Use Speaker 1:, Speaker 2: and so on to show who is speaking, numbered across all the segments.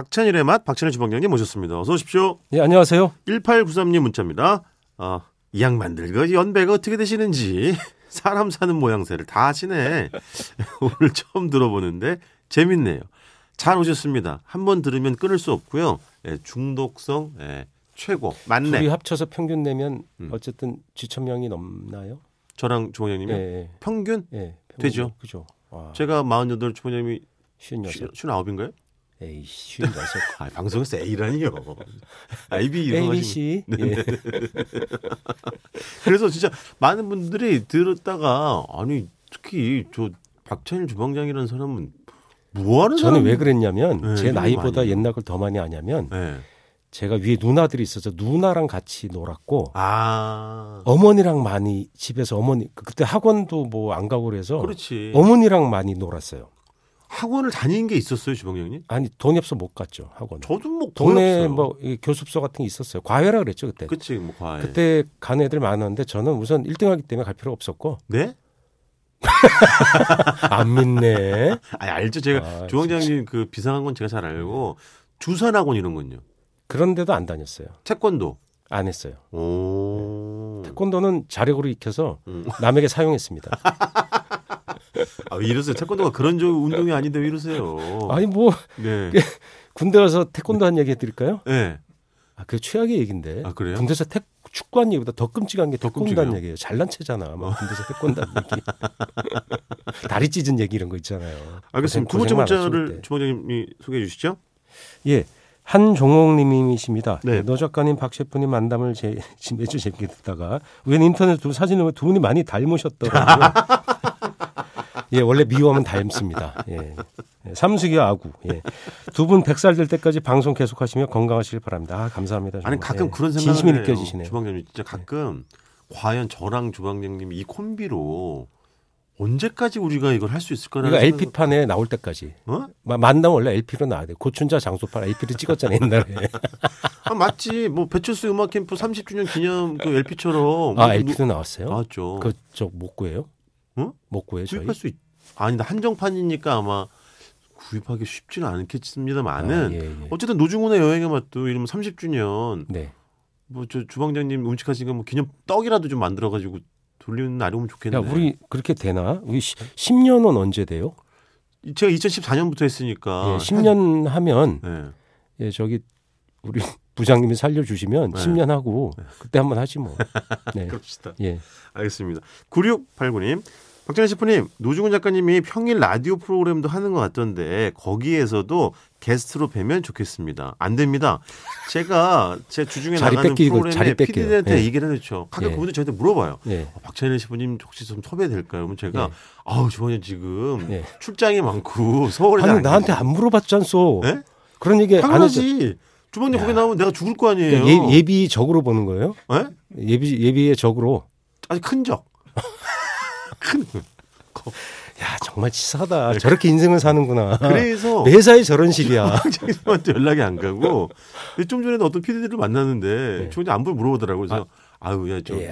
Speaker 1: 박찬일의 맛 박찬일 주방장님 모셨습니다. 어서 오십시오.
Speaker 2: 예, 안녕하세요.
Speaker 1: 1893님 문자입니다. 어, 이 양반들 그 연배가 어떻게 되시는지 사람 사는 모양새를 다 아시네. 오늘 처음 들어보는데 재밌네요. 잘 오셨습니다. 한 번 들으면 끊을 수 없고요. 예, 중독성 예, 최고. 맞네.
Speaker 2: 둘이 합쳐서 평균 내면
Speaker 1: 음.
Speaker 2: 어쨌든 지천 명이 넘나요?
Speaker 1: 저랑 주방장님이 요
Speaker 2: 예,
Speaker 1: 평균
Speaker 2: 예, 예. 평균.
Speaker 1: 네. 되죠.
Speaker 2: 그죠. 와,
Speaker 1: 제가 48 주방장님이
Speaker 2: 쉰 여섯.
Speaker 1: 59인가요?
Speaker 2: 에이, 쉰 여섯.
Speaker 1: 아, 방송에서 A라니요. AB 이런
Speaker 2: A, B,
Speaker 1: 거지. 네,
Speaker 2: C. 예.
Speaker 1: 그래서 진짜 많은 분들이 들었다가 아니 특히 저 박찬일 주방장이라는 사람은 뭐 하는
Speaker 2: 저는
Speaker 1: 사람?
Speaker 2: 왜 그- 그랬냐면
Speaker 1: 네,
Speaker 2: 제
Speaker 1: 이런 거
Speaker 2: 나이보다
Speaker 1: 아니에요.
Speaker 2: 옛날 걸 더 많이 아냐면
Speaker 1: 네.
Speaker 2: 제가 위에 누나들이 있어서 누나랑 같이 놀았고
Speaker 1: 아,
Speaker 2: 어머니랑 많이 집에서 어머니 그때 학원도 뭐 안 가고 그래서
Speaker 1: 그렇지.
Speaker 2: 어머니랑 많이 놀았어요.
Speaker 1: 학원을 다닌 게 있었어요, 주방장님?
Speaker 2: 아니 돈이 없어 못 갔죠 학원.
Speaker 1: 저도 뭐 거의
Speaker 2: 동네
Speaker 1: 없어요.
Speaker 2: 뭐이 교습소 같은 게 있었어요. 과외라 그랬죠 그때.
Speaker 1: 그치, 뭐 과외.
Speaker 2: 그때 간 애들 많았는데 저는 우선 1등하기 때문에 갈 필요 없었고
Speaker 1: 네?
Speaker 2: 안 믿네.
Speaker 1: 아, 알죠. 제가
Speaker 2: 아,
Speaker 1: 주방장님 그 비상한 건 제가 잘 알고 주산학원 이런 건요.
Speaker 2: 그런데도 안 다녔어요.
Speaker 1: 태권도.
Speaker 2: 안 했어요.
Speaker 1: 오.
Speaker 2: 태권도는 자력으로 익혀서
Speaker 1: 음.
Speaker 2: 남에게 사용했습니다.
Speaker 1: 아, 왜 이러세요? 태권도가 그런 저 운동이 아닌데 왜 이러세요?
Speaker 2: 아니 뭐
Speaker 1: 네.
Speaker 2: 군대 가서 태권도 한 얘기 해드릴까요?
Speaker 1: 네.
Speaker 2: 아, 그 최악의 얘기인데.
Speaker 1: 아, 그래요?
Speaker 2: 군대에서 태, 축구한 얘기보다 더 끔찍한 게
Speaker 1: 더
Speaker 2: 태권도한
Speaker 1: 끔찍해요? 어.
Speaker 2: 얘기예요. 잘난 체잖아. 막 군대에서 태권도한 얘기. 다리 찢은 얘기 이런 거 있잖아요.
Speaker 1: 알겠습니다. 두
Speaker 2: 고생-
Speaker 1: 번째
Speaker 2: 고생 많았죠,
Speaker 1: 문자를
Speaker 2: 그때.
Speaker 1: 주방장님이 소개해 주시죠.
Speaker 2: 예. 한종옥님이십니다.
Speaker 1: 네.
Speaker 2: 노 작가님, 박 셰프님 만담을 제, 지- 매주 재밌게 듣다가 우연 인터넷 두 사진을 보면 두 분이 많이 닮으셨더라고요. 예, 원래 미워하면 닮습니다. 예. 예, 삼수기 아구. 예. 두 분 100살 될 때까지 방송 계속하시며 건강하시길 바랍니다. 아, 감사합니다.
Speaker 1: 아니
Speaker 2: 정말.
Speaker 1: 가끔
Speaker 2: 예.
Speaker 1: 그런 생각을
Speaker 2: 진심이
Speaker 1: 해요.
Speaker 2: 느껴지시네요.
Speaker 1: 주방장님 진짜 가끔 과연 저랑 주방장님이 이 콤비로 언제까지 우리가 이걸 할 수 있을까라는
Speaker 2: 이거 LP
Speaker 1: 생각을-
Speaker 2: 판에 나올 때까지
Speaker 1: 어?
Speaker 2: 마- 만남 원래 LP로 나와야 돼. 고춘자 장소판 LP로 찍었잖아요 옛날에.
Speaker 1: 아 맞지. 뭐 배철수 음악 캠프 30주년 기념 그 LP처럼
Speaker 2: 아 LP도 나왔어요?
Speaker 1: 나왔죠.
Speaker 2: 그저 못 구해요?
Speaker 1: 응?
Speaker 2: 못 구해요 저희?
Speaker 1: 구입할 수 있... 아니다 한정판이니까 아마 구입하기 쉽지는 않겠습니다만은
Speaker 2: 아, 예, 예.
Speaker 1: 어쨌든 노중훈의 여행의 맛도 이름 30주년
Speaker 2: 네.
Speaker 1: 뭐 저 주방장님 음식하신 거뭐 기념 떡이라도 좀 만들어 가지고 돌리는 날이 오면 좋겠네.
Speaker 2: 야, 우리 그렇게 되나? 우리 10년은 언제 돼요?
Speaker 1: 제가 2014년부터 했으니까
Speaker 2: 예, 10년 하면
Speaker 1: 예.
Speaker 2: 예, 저기 우리 부장님이 살려주시면
Speaker 1: 네.
Speaker 2: 10년 하고 그때 한번 하지 뭐. 네.
Speaker 1: 그럽시다.
Speaker 2: 예.
Speaker 1: 알겠습니다. 9689님. 박찬희 셰프님, 노중훈 작가님이 평일 라디오 프로그램도 하는 것 같던데 거기에서도 게스트로 뵈면 좋겠습니다. 안 됩니다. 제가 제 주중에
Speaker 2: 자리
Speaker 1: 나가는
Speaker 2: 뺏기고,
Speaker 1: 프로그램에
Speaker 2: 자리 뺏겨요.
Speaker 1: 피디한테
Speaker 2: 예.
Speaker 1: 얘기를 해놓죠. 가끔
Speaker 2: 예.
Speaker 1: 그분들 저한테 물어봐요.
Speaker 2: 예.
Speaker 1: 어, 박찬일 셰프님 혹시 좀 섭외될까요? 그러면 제가
Speaker 2: 예.
Speaker 1: 아우 저번에 지금
Speaker 2: 예.
Speaker 1: 출장이 많고 서울에
Speaker 2: 아니 나한테 안 물어봤잖소.
Speaker 1: 예?
Speaker 2: 그런 얘기 안 했죠.
Speaker 1: 당연하지. 주방님 거기 나오면 내가 죽을 거 아니에요.
Speaker 2: 예, 예비 적으로 보는 거예요?
Speaker 1: 예?
Speaker 2: 예비 예비의 적으로.
Speaker 1: 아주 큰 적. 큰.
Speaker 2: 야 정말 치사하다. 저렇게 인생을 사는구나.
Speaker 1: 네. 그래서
Speaker 2: 매사에 저런 식이야.
Speaker 1: 박장님한테 연락이 안 가고 근데 좀 전에도 어떤 피디들을
Speaker 2: 네.
Speaker 1: 만났는데 저한테 안부 물어보더라고요. 그래서 아유 야 저기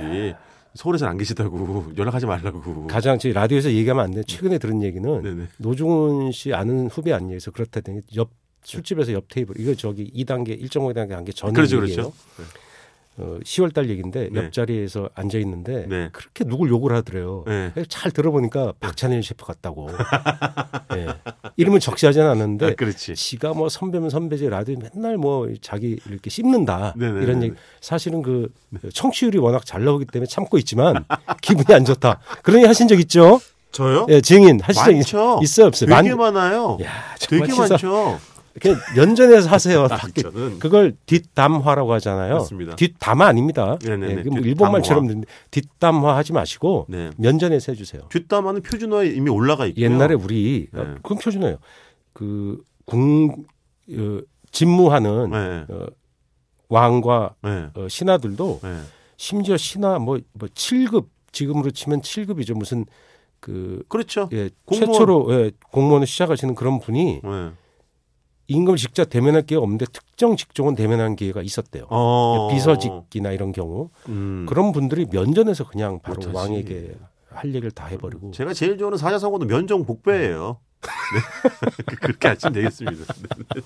Speaker 1: 서울에서 안 계시다고 연락하지 말라고.
Speaker 2: 가장 저희 라디오에서 얘기하면 안 돼. 최근에 들은 얘기는
Speaker 1: 네네.
Speaker 2: 노중훈 씨 아는 후배 아니에서 그렇다더니 옆 술집에서 옆 테이블 이거 저기 2단계 1.5단계 단계 전
Speaker 1: 그렇죠
Speaker 2: 얘기예요.
Speaker 1: 그렇죠.
Speaker 2: 어, 10월 달 얘기인데
Speaker 1: 네.
Speaker 2: 옆자리에서 앉아 있는데
Speaker 1: 네.
Speaker 2: 그렇게 누굴 욕을 하더래요.
Speaker 1: 네.
Speaker 2: 그래서 잘 들어보니까 박찬일 셰프 같다고. 예. 이름은 적시하진 않았는데
Speaker 1: 아, 그렇지.
Speaker 2: 지가 뭐 선배면 선배지 라디오 맨날 뭐 자기 이렇게 씹는다
Speaker 1: 네네네네. 네.
Speaker 2: 이런 얘기 사실은 그 청취율이 워낙 잘 나오기 때문에 참고 있지만 기분이 안 좋다 그런 얘기 하신 적 있죠?
Speaker 1: 저요?
Speaker 2: 예, 증인 하신 적
Speaker 1: 많죠.
Speaker 2: 있- 있어요 없어요?
Speaker 1: 되게 많아요.
Speaker 2: 네. 야, 정말
Speaker 1: 되게
Speaker 2: 치사-
Speaker 1: 많죠.
Speaker 2: 그냥 연전해서 하세요.
Speaker 1: 아,
Speaker 2: 밖에.
Speaker 1: 저는-
Speaker 2: 그걸 뒷담화라고 하잖아요.
Speaker 1: 맞습니다.
Speaker 2: 뒷담화 아닙니다.
Speaker 1: 네네네.
Speaker 2: 예, 그뭐
Speaker 1: 뒷담화.
Speaker 2: 일본 말처럼 듣는데 뒷담화 하지 마시고
Speaker 1: 네.
Speaker 2: 면전에서 해주세요.
Speaker 1: 뒷담화는 표준어에 이미 올라가 있고요.
Speaker 2: 옛날에 우리
Speaker 1: 네.
Speaker 2: 어, 그건 표준어예요. 그궁 어, 집무하는
Speaker 1: 네.
Speaker 2: 어, 왕과
Speaker 1: 네.
Speaker 2: 어, 신하들도
Speaker 1: 네.
Speaker 2: 심지어 신하 뭐, 뭐 7급 지금으로 치면 7급이죠. 무슨 그
Speaker 1: 그렇죠.
Speaker 2: 예,
Speaker 1: 공무원.
Speaker 2: 최초로 예, 공무원을 시작하시는 그런 분이
Speaker 1: 네.
Speaker 2: 임금 직접 대면할 기회가 없는데 특정 직종은 대면한 기회가 있었대요.
Speaker 1: 어.
Speaker 2: 예, 비서직이나 이런 경우
Speaker 1: 음.
Speaker 2: 그런 분들이 면전에서 그냥 바로
Speaker 1: 못하지. 음.
Speaker 2: 왕에게 할 얘기를 다 해버리고
Speaker 1: 제가 제일 좋아하는 사자성어도 면정 복배예요. 네. 그렇게 하시면 되겠습니다. 네.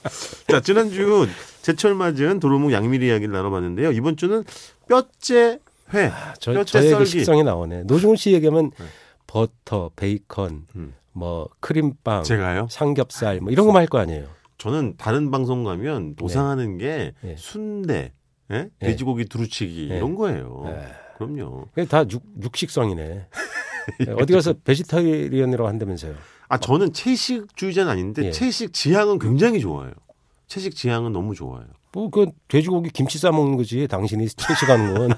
Speaker 1: 자, 지난주 제철 맞은 도루묵 양미리 이야기를 나눠봤는데요. 이번 주는 뼈째 회,
Speaker 2: 저,
Speaker 1: 뼈째
Speaker 2: 저의 그
Speaker 1: 썰기.
Speaker 2: 식성이 나오네. 노중훈 씨 얘기하면 버터, 베이컨,
Speaker 1: 음.
Speaker 2: 뭐 크림빵,
Speaker 1: 제가요?
Speaker 2: 삼겹살 뭐 이런 것만 할 거 아니에요.
Speaker 1: 저는 다른 방송 가면 보상하는 게
Speaker 2: 네.
Speaker 1: 순대, 예?
Speaker 2: 네.
Speaker 1: 돼지고기 두루치기
Speaker 2: 네.
Speaker 1: 이런 거예요.
Speaker 2: 네.
Speaker 1: 그럼요.
Speaker 2: 그게 다 육, 육식성이네. 예, 어디 가서 베지터리언이라고 한다면서요.
Speaker 1: 아 저는 채식주의자는 아닌데
Speaker 2: 예.
Speaker 1: 채식 지향은 굉장히 좋아요. 채식 지향은 너무 좋아요.
Speaker 2: 뭐 그 돼지고기 김치 싸 먹는 거지. 당신이 채식하는 건.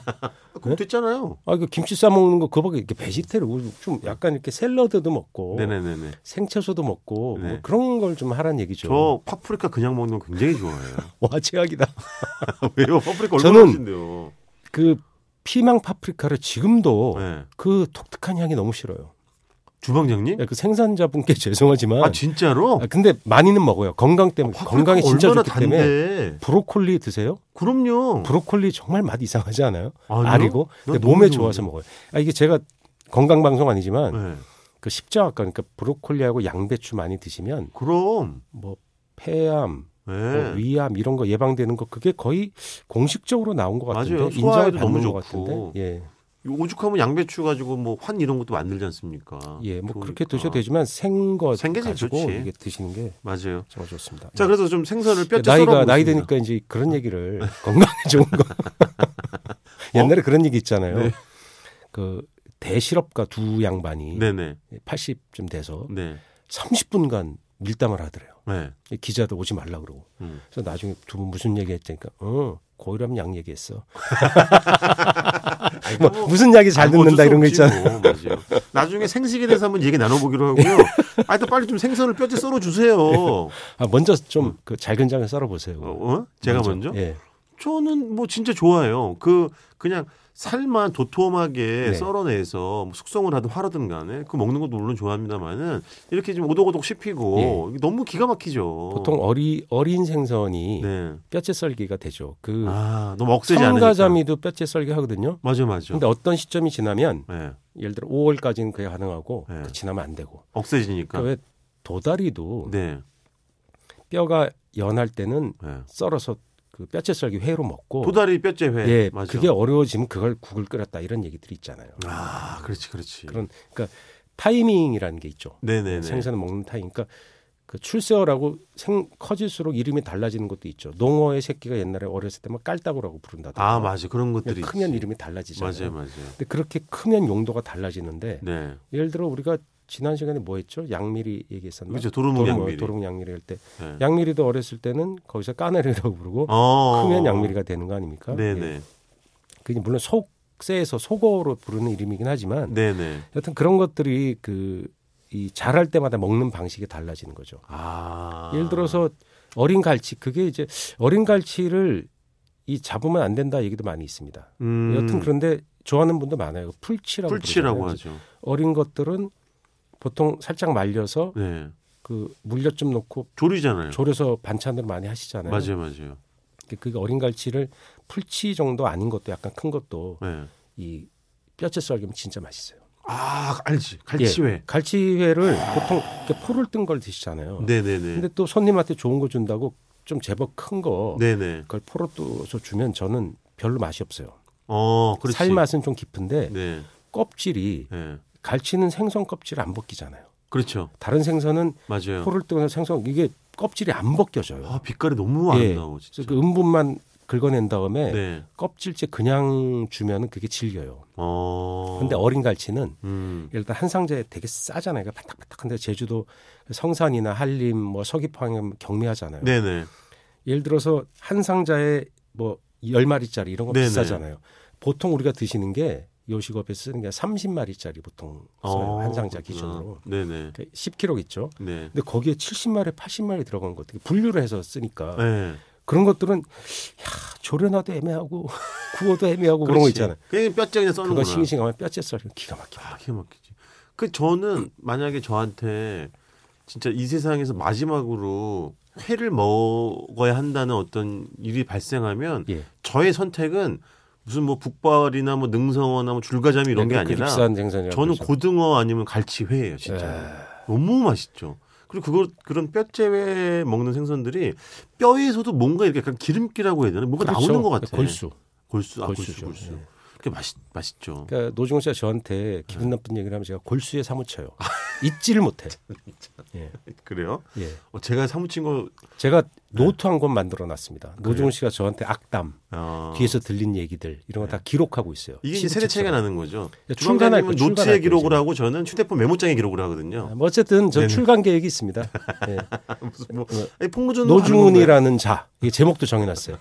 Speaker 1: 그럼 됐잖아요.
Speaker 2: 아 그 김치 싸 먹는 거 그거밖에 이렇게 베지테리 좀 약간 이렇게 샐러드도 먹고
Speaker 1: 네네네네.
Speaker 2: 생채소도 먹고 뭐
Speaker 1: 네.
Speaker 2: 그런 걸 좀 하란 얘기죠.
Speaker 1: 저 파프리카 그냥 먹는 거 굉장히 좋아해요.
Speaker 2: 와 최악이다.
Speaker 1: 왜요? 파프리카 얼마나
Speaker 2: 저는-
Speaker 1: 맛있는데요.
Speaker 2: 그 피망 파프리카를 지금도
Speaker 1: 네.
Speaker 2: 그 독특한 향이 너무 싫어요.
Speaker 1: 주방장님?
Speaker 2: 야, 그 생산자분께 죄송하지만
Speaker 1: 아 진짜로? 아,
Speaker 2: 아, 근데 많이는 먹어요. 건강 때문에
Speaker 1: 파프리카
Speaker 2: 건강에 진짜
Speaker 1: 얼마나
Speaker 2: 좋기
Speaker 1: 단데.
Speaker 2: 때문에 브로콜리 드세요.
Speaker 1: 그럼요.
Speaker 2: 브로콜리 정말 맛 이상하지 않아요?
Speaker 1: 아니요?
Speaker 2: 알이고 근데
Speaker 1: 난 너무
Speaker 2: 몸에
Speaker 1: 좋아요.
Speaker 2: 좋아서 먹어요. 아 이게 제가 건강 방송 아니지만
Speaker 1: 네.
Speaker 2: 그 십자학과 그러니까 브로콜리하고 양배추 많이 드시면
Speaker 1: 그럼.
Speaker 2: 뭐 폐암,
Speaker 1: 네.
Speaker 2: 뭐 위암 이런 거 예방되는 거 그게 거의 공식적으로 나온 것 같은데
Speaker 1: 맞아요.
Speaker 2: 인정을
Speaker 1: 소화에도 너무
Speaker 2: 받는 것
Speaker 1: 좋고.
Speaker 2: 같은데 예,
Speaker 1: 이 오죽하면 양배추 가지고 뭐 환 이런 것도 만들지 않습니까?
Speaker 2: 예, 뭐 그렇게
Speaker 1: 좋으니까.
Speaker 2: 드셔도 되지만 생거
Speaker 1: 아. 생게 제일
Speaker 2: 가지고
Speaker 1: 좋지.
Speaker 2: 이게 드시는 게
Speaker 1: 맞아요.
Speaker 2: 정말 좋습니다.
Speaker 1: 자
Speaker 2: 예.
Speaker 1: 그래서 좀 생선을 뼈째
Speaker 2: 나이가
Speaker 1: 썰어보겠습니다.
Speaker 2: 나이 드니까 이제 그런 얘기를 건강에 좋은 거 옛날에 그런 얘기 있잖아요.
Speaker 1: 어? 네.
Speaker 2: 그 대실업가 두 양반이
Speaker 1: 네네.
Speaker 2: 80쯤 돼서
Speaker 1: 네.
Speaker 2: 30분간 밀담을 하더래요.
Speaker 1: 네.
Speaker 2: 기자도 오지 말라 그러고.
Speaker 1: 음.
Speaker 2: 그래서 나중에 두 분 무슨 얘기했다니까. 어, 고혈압 약 얘기했어.
Speaker 1: 아니,
Speaker 2: 뭐
Speaker 1: 뭐
Speaker 2: 무슨 약이 잘
Speaker 1: 아, 뭐
Speaker 2: 듣는다
Speaker 1: 어쩔 수
Speaker 2: 이런 거
Speaker 1: 없지
Speaker 2: 있잖아.
Speaker 1: 뭐, 맞아요. 나중에 생식에 대해서 한번 얘기 나눠보기로 하고요.
Speaker 2: 예.
Speaker 1: 하여튼 빨리 좀 생선을 뼈째 썰어주세요. 어,
Speaker 2: 아, 먼저 좀 그 작은 장을 썰어 보세요.
Speaker 1: 어? 제가 먼저?
Speaker 2: 예.
Speaker 1: 저는 뭐 진짜 좋아요. 그 그냥 살만 도톰하게
Speaker 2: 네.
Speaker 1: 썰어내서 뭐 숙성을 하든 화라든 간에 그 먹는 것도 물론 좋아합니다만은 이렇게 좀 오독오독 씹히고 이게 너무 기가 막히죠.
Speaker 2: 예. 보통 어리 어린 생선이
Speaker 1: 네.
Speaker 2: 뼈째 썰기가 되죠. 그
Speaker 1: 아 너무 억세지 않으니까. 그렇죠.
Speaker 2: 참가자미도 뼈째 썰기 하거든요.
Speaker 1: 맞아 맞아.
Speaker 2: 근데 어떤 시점이 지나면
Speaker 1: 네.
Speaker 2: 예를 들어 5월까지는 그게 가능하고
Speaker 1: 네.
Speaker 2: 그 지나면 안 되고.
Speaker 1: 억세지니까.
Speaker 2: 그러니까 왜 도다리도
Speaker 1: 네.
Speaker 2: 뼈가 연할 때는
Speaker 1: 네.
Speaker 2: 썰어서 그 뼈째 썰기 회로 먹고
Speaker 1: 도다리 뼈째 회.
Speaker 2: 뭐 예,
Speaker 1: 네, 맞아.
Speaker 2: 그게 어려워지면 그걸 국을 끓였다 이런 얘기들이 있잖아요.
Speaker 1: 아 그렇지 그렇지.
Speaker 2: 그런 그러니까 타이밍이라는 게 있죠.
Speaker 1: 네네네.
Speaker 2: 생선을 먹는 타이밍. 그러니까 그 출세어라고 생 커질수록 이름이 달라지는 것도 있죠. 농어의 새끼가 옛날에 어렸을 때만 깔따구라고 부른다든가. 그러니까
Speaker 1: 아 맞아 그런 것들이
Speaker 2: 크면
Speaker 1: 있지.
Speaker 2: 이름이 달라지잖아요.
Speaker 1: 맞아요 맞아요.
Speaker 2: 근데 그렇게 크면 용도가 달라지는데
Speaker 1: 네.
Speaker 2: 예를 들어 우리가 지난 시간에 뭐 했죠? 양미리 얘기했었나?
Speaker 1: 그렇죠 도루묵 양미리.
Speaker 2: 도롱 양미리 할 때.
Speaker 1: 네.
Speaker 2: 양미리도 어렸을 때는 거기서 까나리라고 부르고
Speaker 1: 어.
Speaker 2: 크면 양미리가 되는 거 아닙니까? 예.
Speaker 1: 네네.
Speaker 2: 그 물론 속세에서 속어로 부르는 이름이긴 하지만
Speaker 1: 네네.
Speaker 2: 여튼 그런 것들이 그 이 자랄 때마다 먹는 방식이 달라지는 거죠.
Speaker 1: 아.
Speaker 2: 예를 들어서 어린 갈치 그게 이제 어린 갈치를 이 잡으면 안 된다 얘기도 많이 있습니다.
Speaker 1: 음,
Speaker 2: 여튼 그런데 좋아하는 분도 많아요. 풀치라고
Speaker 1: 풀치라고
Speaker 2: 부르잖아요.
Speaker 1: 하죠.
Speaker 2: 어린 것들은 보통 살짝 말려서
Speaker 1: 네.
Speaker 2: 그 물엿 좀 넣고
Speaker 1: 조리잖아요.
Speaker 2: 졸여서 반찬으로 많이 하시잖아요.
Speaker 1: 네. 맞아요, 맞아요.
Speaker 2: 그 어린 갈치를 풀치 정도 아닌 것도 약간 큰 것도
Speaker 1: 네.
Speaker 2: 이 뼈째 썰기면 진짜 맛있어요.
Speaker 1: 아, 알지. 갈치회.
Speaker 2: 예, 갈치회를 보통 이렇게 포를 뜬 걸 드시잖아요.
Speaker 1: 예. 네네네.
Speaker 2: 근데 또 손님한테 좋은 거 준다고 좀 제법 큰 거
Speaker 1: 네네.
Speaker 2: 그걸 포로 뜯어서 주면 저는 별로 맛이 없어요.
Speaker 1: 어, 그렇지.
Speaker 2: 살 맛은 좀 깊은데
Speaker 1: 네.
Speaker 2: 껍질이
Speaker 1: 네.
Speaker 2: 갈치는 생선 껍질 안 벗기잖아요.
Speaker 1: 그렇죠.
Speaker 2: 다른 생선은
Speaker 1: 맞아요.
Speaker 2: 포를 뜨거나 생선 이게 껍질이 안 벗겨져요.
Speaker 1: 네. 아, 빛깔이 너무
Speaker 2: 예. 그-
Speaker 1: 아름다워, 진짜.
Speaker 2: 그래서 그 음분만 긁어낸 다음에
Speaker 1: 네.
Speaker 2: 껍질째 그냥 주면은 그게 질겨요.
Speaker 1: 어.
Speaker 2: 근데 어린 갈치는
Speaker 1: 음.
Speaker 2: 일단 한 상자에 되게 싸잖아요. 그러니까 바닥바닥한데 제주도 성산이나 한림, 뭐 서귀포항 경매하잖아요.
Speaker 1: 네네.
Speaker 2: 예를 들어서 한 상자에 뭐 열마리짜리 이런 거
Speaker 1: 네네.
Speaker 2: 비싸잖아요. 보통 우리가 드시는 게 요식업에 쓰는 게 30마리짜리 보통 써요. 한
Speaker 1: 그렇구나.
Speaker 2: 상자 기준으로.
Speaker 1: 어. 아. 네네.
Speaker 2: 그러니까 10kg 있죠.
Speaker 1: 네.
Speaker 2: 근데 거기에 70마리, 80마리 들어간 것들 분류를 해서 쓰니까
Speaker 1: 네.
Speaker 2: 그런 것들은 야, 조려놔도 애매하고 구워도 애매하고 뭐 그런 거
Speaker 1: 그렇지.
Speaker 2: 있잖아요.
Speaker 1: 그냥 뼈째 그냥 써는
Speaker 2: 그거
Speaker 1: 거야.
Speaker 2: 싱싱하면 뼈째 썰이 기가 막혀.
Speaker 1: 아, 기가 막히지. 그 저는 만약에 저한테 진짜 이 세상에서 마지막으로 회를 먹어야 한다는 어떤 일이 발생하면
Speaker 2: 예.
Speaker 1: 저의 선택은 무슨 뭐 북발이나 뭐 능성어나 뭐 줄가자미 이런 게
Speaker 2: 네, 그렇게
Speaker 1: 아니라
Speaker 2: 비싼 생선이라고
Speaker 1: 저는
Speaker 2: 그러죠. 네.
Speaker 1: 고등어 아니면 갈치회예요, 진짜.
Speaker 2: 에.
Speaker 1: 너무 맛있죠. 그리고 그걸 그런 뼈제외 먹는 생선들이 뼈에서도 뭔가 이렇게 약간 기름기라고 해야 되나 뭔가 나오는 것 같아요.
Speaker 2: 그렇죠. 골수.
Speaker 1: 골수, 아, 골수,
Speaker 2: 골수죠.
Speaker 1: 골수.
Speaker 2: 예.
Speaker 1: 그게 맛있 맛있죠.
Speaker 2: 그러니까 노중호 씨가 저한테
Speaker 1: 네.
Speaker 2: 기분 나쁜 얘기를 하면 제가 골수에 사무쳐요.
Speaker 1: 아.
Speaker 2: 잊지를 못해. 예.
Speaker 1: 그래요?
Speaker 2: 예.
Speaker 1: 어, 제가 사무친 거
Speaker 2: 제가
Speaker 1: 네.
Speaker 2: 노트 한 권 만들어 놨습니다. 노중호 씨가 저한테 악담,
Speaker 1: 어, 네.
Speaker 2: 뒤에서 들린 얘기들 이런 거 다 기록하고 있어요.
Speaker 1: 이게 이제 세대 차이가 나는 거죠.
Speaker 2: 야, 출간할
Speaker 1: 주방장님은
Speaker 2: 거,
Speaker 1: 노트에
Speaker 2: 출간할
Speaker 1: 기록을
Speaker 2: 거지.
Speaker 1: 하고 저는 휴대폰 메모장에 기록을 하거든요.
Speaker 2: 아, 뭐 어쨌든 저 출간 계획이 있습니다. 예.
Speaker 1: 무슨 뭐 아니, 폭로전
Speaker 2: 노중훈이라는 자 이게 제목도 정해놨어요.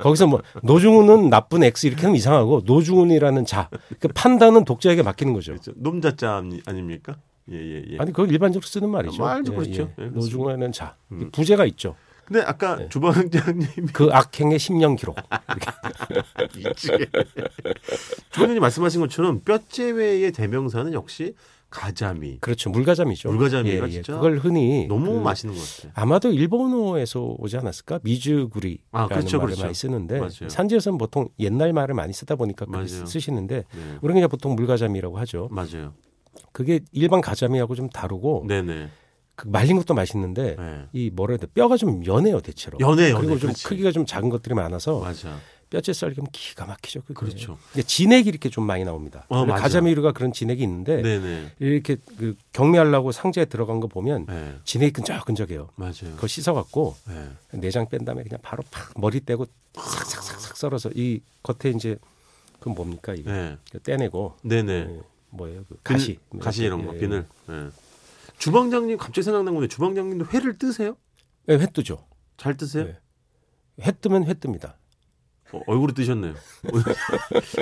Speaker 2: 거기서 뭐 노중훈은 나쁜 X 이렇게 하면 이상하고 노중훈이라는 자그 그러니까 판단은 독자에게 맡기는 거죠.
Speaker 1: 그렇죠. 놈자자 아닙니까? 예예 예.
Speaker 2: 아니 그걸 일반적으로 쓰는 말이죠.
Speaker 1: 아, 말도 그렇죠. 예, 그렇습니다. 음.
Speaker 2: 노중훈이라는 자 부재가 있죠.
Speaker 1: 근데 아까
Speaker 2: 네.
Speaker 1: 주방장님이
Speaker 2: 그 악행의 10년 기록.
Speaker 1: 미치게. 조원님 말씀하신 것처럼 뼈제외의 대명사는 역시 가자미.
Speaker 2: 그렇죠. 물가잠이죠. 예,
Speaker 1: 물가자미가 진짜
Speaker 2: 그걸 흔히
Speaker 1: 너무
Speaker 2: 그
Speaker 1: 맛있는 것 같아요.
Speaker 2: 아마도 일본어에서 오지 않았을까? 미즈구리라는
Speaker 1: 아, 그렇죠,
Speaker 2: 말을
Speaker 1: 그렇죠.
Speaker 2: 많이 쓰는데
Speaker 1: 맞아요.
Speaker 2: 산지에서는 보통 옛날 말을 많이 쓰다 보니까 그렇게
Speaker 1: 맞아요.
Speaker 2: 쓰시는데
Speaker 1: 네.
Speaker 2: 우리는 그냥 보통 물가잠이라고 하죠.
Speaker 1: 맞아요.
Speaker 2: 그게 일반 가자미하고 좀 다르고
Speaker 1: 네네.
Speaker 2: 그 말린 것도 맛있는데
Speaker 1: 네.
Speaker 2: 이 뭐라 해야 돼 뼈가 좀 연해요 대체로
Speaker 1: 연애 연애.
Speaker 2: 그리고 좀
Speaker 1: 그렇지.
Speaker 2: 크기가 좀 작은 것들이 많아서
Speaker 1: 맞아.
Speaker 2: 뼈째 썰기면 기가 막히죠 그게.
Speaker 1: 그렇죠.
Speaker 2: 근데 진액이 이렇게 좀 많이 나옵니다
Speaker 1: 어, 맞아요.
Speaker 2: 가자미류가 그런 진액이 있는데
Speaker 1: 네네.
Speaker 2: 이렇게 그 경매하려고 상자에 들어간 거 보면
Speaker 1: 네.
Speaker 2: 진액이 끈적끈적해요
Speaker 1: 맞아요.
Speaker 2: 그거 씻어갖고
Speaker 1: 네.
Speaker 2: 내장 뺀 다음에 그냥 바로 팍 머리 떼고 싹싹싹싹 썰어서 이 겉에 이제 그 뭡니까 이거
Speaker 1: 네.
Speaker 2: 떼내고
Speaker 1: 네네.
Speaker 2: 예, 뭐예요 그
Speaker 1: 빈-
Speaker 2: 가시
Speaker 1: 가시 이런 거
Speaker 2: 예,
Speaker 1: 비늘. 네. 주방장님 갑자기 생각난 건데 주방장님도 회를 뜨세요?
Speaker 2: 예, 회 뜨죠
Speaker 1: 잘 뜨세요?
Speaker 2: 네. 회 뜨면 회 뜹니다
Speaker 1: 어, 얼굴이 뜨셨네요.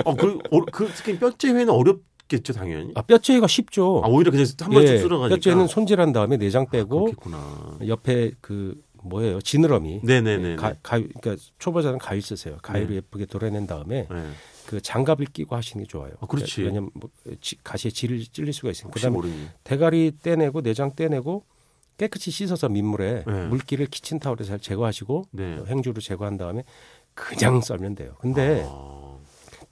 Speaker 1: 어, 그, 어, 그 특히 뼈째 회는 어렵겠죠 당연히.
Speaker 2: 아, 뼈째가 쉽죠.
Speaker 1: 아, 오히려 그냥 한 번씩
Speaker 2: 예,
Speaker 1: 쓸어가니까. 아,
Speaker 2: 뼈째는 손질한 다음에 내장 빼고
Speaker 1: 그렇겠구나.
Speaker 2: 옆에 그 뭐예요? 지느러미.
Speaker 1: 네네네.
Speaker 2: 가, 위 그러니까 초보자는 가위 쓰세요. 가위로
Speaker 1: 네.
Speaker 2: 예쁘게 도려낸 다음에
Speaker 1: 네.
Speaker 2: 그 장갑을 끼고 하시는 게 좋아요.
Speaker 1: 아, 그렇지.
Speaker 2: 왜냐면 뭐 지- 가시에 질을 찔릴 수가 있으니까.
Speaker 1: 혹시 뭐-
Speaker 2: 그다음에
Speaker 1: 모르니.
Speaker 2: 대가리 떼내고 내장 떼내고 깨끗이 씻어서 민물에
Speaker 1: 네.
Speaker 2: 물기를 키친 타올에 잘 제거하시고
Speaker 1: 네.
Speaker 2: 행주로 제거한 다음에 그냥 썰면 돼요. 근데
Speaker 1: 아,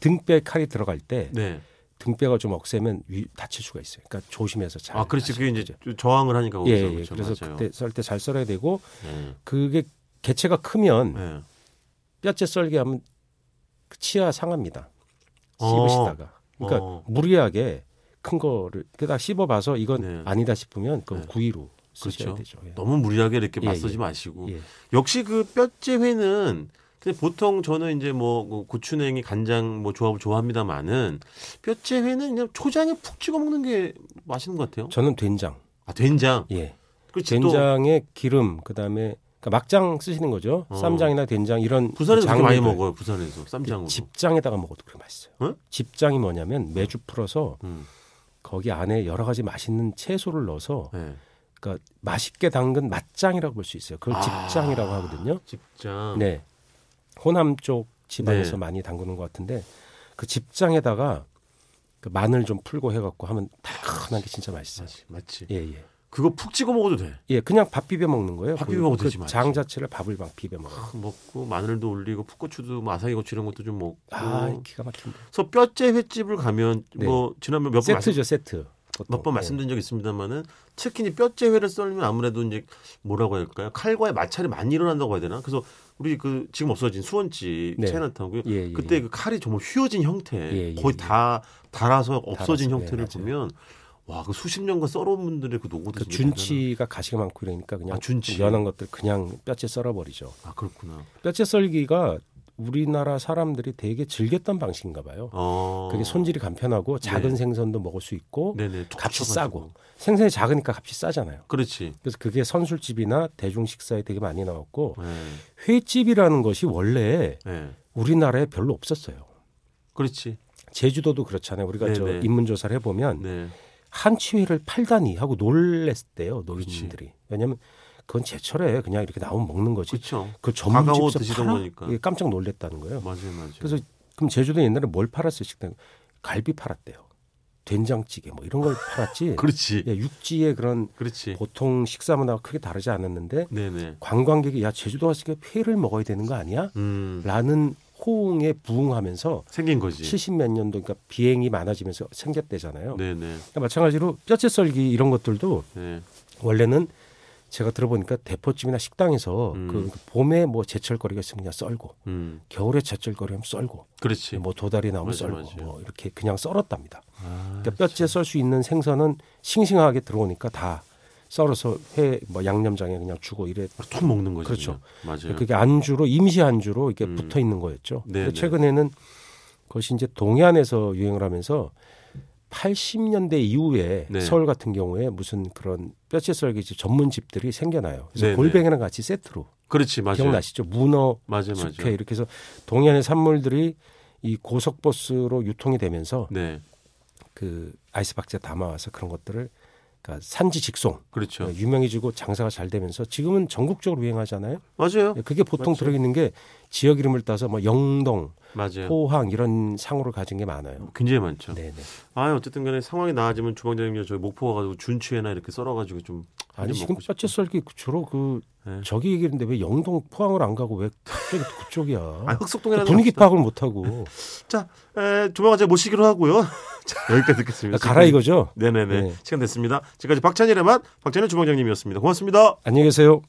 Speaker 2: 등뼈에 칼이 들어갈 때
Speaker 1: 네.
Speaker 2: 등뼈가 좀 억세면 위, 다칠 수가 있어요. 그러니까 조심해서 잘.
Speaker 1: 아, 그렇지.
Speaker 2: 하시는
Speaker 1: 그게 이제
Speaker 2: 거죠.
Speaker 1: 저항을 하니까 거기서
Speaker 2: 예, 예.
Speaker 1: 그렇죠.
Speaker 2: 그래서
Speaker 1: 맞아요.
Speaker 2: 그때 썰 때 잘 썰어야 되고
Speaker 1: 네.
Speaker 2: 그게 개체가 크면
Speaker 1: 네.
Speaker 2: 뼈째 썰게 하면 그 치아 상합니다.
Speaker 1: 어.
Speaker 2: 씹으시다가 그러니까
Speaker 1: 어.
Speaker 2: 무리하게 큰 거를 그다 씹어봐서 이건
Speaker 1: 네.
Speaker 2: 아니다 싶으면 그건
Speaker 1: 네.
Speaker 2: 구이로
Speaker 1: 그렇죠.
Speaker 2: 쓰셔야
Speaker 1: 어.
Speaker 2: 되죠. 예.
Speaker 1: 너무 무리하게 이렇게
Speaker 2: 예,
Speaker 1: 맞서지
Speaker 2: 예.
Speaker 1: 마시고.
Speaker 2: 예.
Speaker 1: 역시 그 뼈째 회는 근데 보통 저는 이제 뭐그 고추냉이 간장 뭐 조합을 좋아합니다만은 뼈째 회는 그냥 초장에 푹 찍어 먹는 게 맛있는 것 같아요.
Speaker 2: 저는 된장.
Speaker 1: 아 된장.
Speaker 2: 예.
Speaker 1: 그렇지 또
Speaker 2: 된장에 기름 그다음에 그러니까 막장 쓰시는 거죠.
Speaker 1: 어.
Speaker 2: 쌈장이나 된장 이런
Speaker 1: 부산에서 그렇게 많이
Speaker 2: 장류들.
Speaker 1: 먹어요. 부산에서 쌈장으로.
Speaker 2: 집장에다가 먹어도 그렇게 맛있어요.
Speaker 1: 어?
Speaker 2: 집장이 뭐냐면 매주 풀어서
Speaker 1: 음.
Speaker 2: 거기 안에 여러 가지 맛있는 채소를 넣어서
Speaker 1: 네.
Speaker 2: 그러니까 맛있게 담근 맛장이라고 볼 수 있어요. 그걸
Speaker 1: 아.
Speaker 2: 집장이라고 하거든요.
Speaker 1: 집장.
Speaker 2: 네. 호남 쪽 지방에서
Speaker 1: 어. 네.
Speaker 2: 많이 담그는 것 같은데 그 집장에다가 그 마늘 좀 풀고 해갖고 하면 달큰한 게 진짜 맛있어요.
Speaker 1: 맞지. 맞지.
Speaker 2: 예, 예.
Speaker 1: 그거 푹 찍어 먹어도 돼.
Speaker 2: 예, 그냥 밥 비벼 먹는 거예요.
Speaker 1: 밥
Speaker 2: 그-
Speaker 1: 비벼 먹어도
Speaker 2: 그
Speaker 1: 되지, 맞지.
Speaker 2: 장 자체를 밥을 막 비벼 먹어요.
Speaker 1: 팍 먹고 마늘도 올리고 풋고추도 뭐 아삭이 고추 이런 것도 좀 먹고.
Speaker 2: 아, 기가 막힌다.
Speaker 1: 그래서 뼈째 횟집을 가면 뭐 지난번 몇번 말씀
Speaker 2: 세트죠, 세트. 보통.
Speaker 1: 몇 번
Speaker 2: 예.
Speaker 1: 말씀드린 적이 있습니다만은 특히 이제 뼈째 회를 썰면 아무래도 이제 뭐라고 할까요? 칼과의 마찰이 많이 일어난다고 해야 되나? 그래서 우리 그 지금 없어진 수원지
Speaker 2: 네.
Speaker 1: 차이나타운 그
Speaker 2: 예, 예,
Speaker 1: 그때
Speaker 2: 예.
Speaker 1: 그 칼이 정말 휘어진 형태
Speaker 2: 예, 예,
Speaker 1: 거의
Speaker 2: 예.
Speaker 1: 다 달아서 없어진
Speaker 2: 달아서,
Speaker 1: 형태를
Speaker 2: 예,
Speaker 1: 보면 와 그 수십 년간 썰어온 분들의 그 노고도
Speaker 2: 그
Speaker 1: 진짜 대단하다.
Speaker 2: 준치가 가시가 많고 이러니까 그냥
Speaker 1: 아, 준치.
Speaker 2: 연한 것들 그냥 뼈째 썰어버리죠.
Speaker 1: 아 그렇구나.
Speaker 2: 뼈째 썰기가 우리나라 사람들이 되게 즐겼던 방식인가 봐요.
Speaker 1: 어. 네.
Speaker 2: 그게 손질이 간편하고 작은 생선도 먹을 수 있고
Speaker 1: 네네
Speaker 2: 값이
Speaker 1: 촉촉해가지고.
Speaker 2: 싸고 생선이 작으니까 값이 싸잖아요.
Speaker 1: 그렇지.
Speaker 2: 그래서 그게 선술집이나 대중 식사에 되게 많이 나왔고
Speaker 1: 네.
Speaker 2: 회집이라는 것이 원래
Speaker 1: 네.
Speaker 2: 우리나라에 별로 없었어요.
Speaker 1: 그렇지.
Speaker 2: 제주도도 그렇잖아요. 우리가 저
Speaker 1: 네네.
Speaker 2: 인문 조사를 해보면
Speaker 1: 네.
Speaker 2: 한치회를 팔다니 하고 놀랬대요 노인들이. 왜냐하면 그건 제철에 그냥 이렇게 나오면 먹는 거지.
Speaker 1: 그렇죠.
Speaker 2: 그
Speaker 1: 가가오
Speaker 2: 전문집에서
Speaker 1: 드시던
Speaker 2: 팔아?
Speaker 1: 거니까.
Speaker 2: 예, 깜짝 놀랬다는 거예요.
Speaker 1: 맞아요, 맞아요.
Speaker 2: 그래서 그럼 제주도 옛날에 뭘 팔았어요 식당? 갈비 팔았대요. 된장찌개 뭐 이런 걸 팔았지.
Speaker 1: 그렇지.
Speaker 2: 예, 육지의 그런
Speaker 1: 그렇지.
Speaker 2: 보통 식사 문화가 크게 다르지 않았는데
Speaker 1: 네네.
Speaker 2: 관광객이 야 제주도 왔으니까 회를 먹어야 되는 거 아니야?
Speaker 1: 음.
Speaker 2: 라는 호응에 부응하면서
Speaker 1: 생긴 거지.
Speaker 2: 70몇 년도 그러니까 비행이 많아지면서 생겼대잖아요.
Speaker 1: 예. 네네.
Speaker 2: 그러니까 마찬가지로 뼈째 썰기 이런 것들도
Speaker 1: 네.
Speaker 2: 원래는 제가 들어보니까 대포집이나 식당에서 그 봄에 뭐 제철거리가 있으면 그냥 썰고
Speaker 1: 음,
Speaker 2: 겨울에 제철거리면 썰고
Speaker 1: 그렇지.
Speaker 2: 뭐 도다리 나오면
Speaker 1: 예. 맞아,
Speaker 2: 썰고
Speaker 1: 맞아.
Speaker 2: 뭐 이렇게 그냥 썰었답니다.
Speaker 1: 아,
Speaker 2: 그러니까 뼈째 썰 수 있는 생선은 싱싱하게 들어오니까 다 썰어서 회 뭐 양념장에 그냥 주고 이래
Speaker 1: 툭 먹는 거죠.
Speaker 2: 그렇죠.
Speaker 1: 그냥. 맞아요.
Speaker 2: 그게 안주로 임시 안주로 이게 붙어 있는 거였죠.
Speaker 1: 음. 네,
Speaker 2: 근데
Speaker 1: 네.
Speaker 2: 최근에는 그것이 이제 동해안에서 유행을 하면서 80년대 이후에
Speaker 1: 네.
Speaker 2: 서울 같은 경우에 무슨 그런 뼈채 썰기 집 전문 집들이 생겨나요. 그래서
Speaker 1: 네, 네.
Speaker 2: 골뱅이랑 같이 세트로
Speaker 1: 그렇지, 맞아요.
Speaker 2: 기억나시죠? 문어,
Speaker 1: 맞아요,
Speaker 2: 숙회
Speaker 1: 맞아요.
Speaker 2: 이렇게 해서 동해안의 산물들이 이 고속버스로 유통이 되면서
Speaker 1: 네,
Speaker 2: 그 아이스박스에 담아와서 그런 것들을 그러니까 산지 직송
Speaker 1: 그렇죠.
Speaker 2: 네. 유명해지고 장사가 잘 되면서 지금은 전국적으로 유행하잖아요.
Speaker 1: 맞아요.
Speaker 2: 예, 그게 보통 들어있는 게 지역 이름을 따서 뭐 영동,
Speaker 1: 맞아요.
Speaker 2: 포항 이런 상호를 가진 게 많아요.
Speaker 1: 굉장히 많죠.
Speaker 2: 네, 네.
Speaker 1: 아, 어쨌든 간에 상황이 나아지면 주방장님이 저희 목포 가가지고 준추에나 이렇게 썰어가지고 좀
Speaker 2: 아니
Speaker 1: 좀
Speaker 2: 지금
Speaker 1: 먹고 싶-
Speaker 2: 뼈째 썰기 주로 그
Speaker 1: 네.
Speaker 2: 저기 얘기인데 왜 영동 포항을 안 가고 왜 갑자기 그쪽이야?
Speaker 1: 아, 흑석동에나
Speaker 2: 분위기 파악을 못 하고
Speaker 1: 자, 에, 조만간 제가 모시기로 하고요. 자, 여기까지 듣겠습니다.
Speaker 2: 가라 아, 이거죠.
Speaker 1: 네네네.
Speaker 2: 네.
Speaker 1: 시간 됐습니다. 지금까지 박찬일의 맛, 박찬일 주방장님이었습니다. 고맙습니다.
Speaker 2: 안녕히 계세요.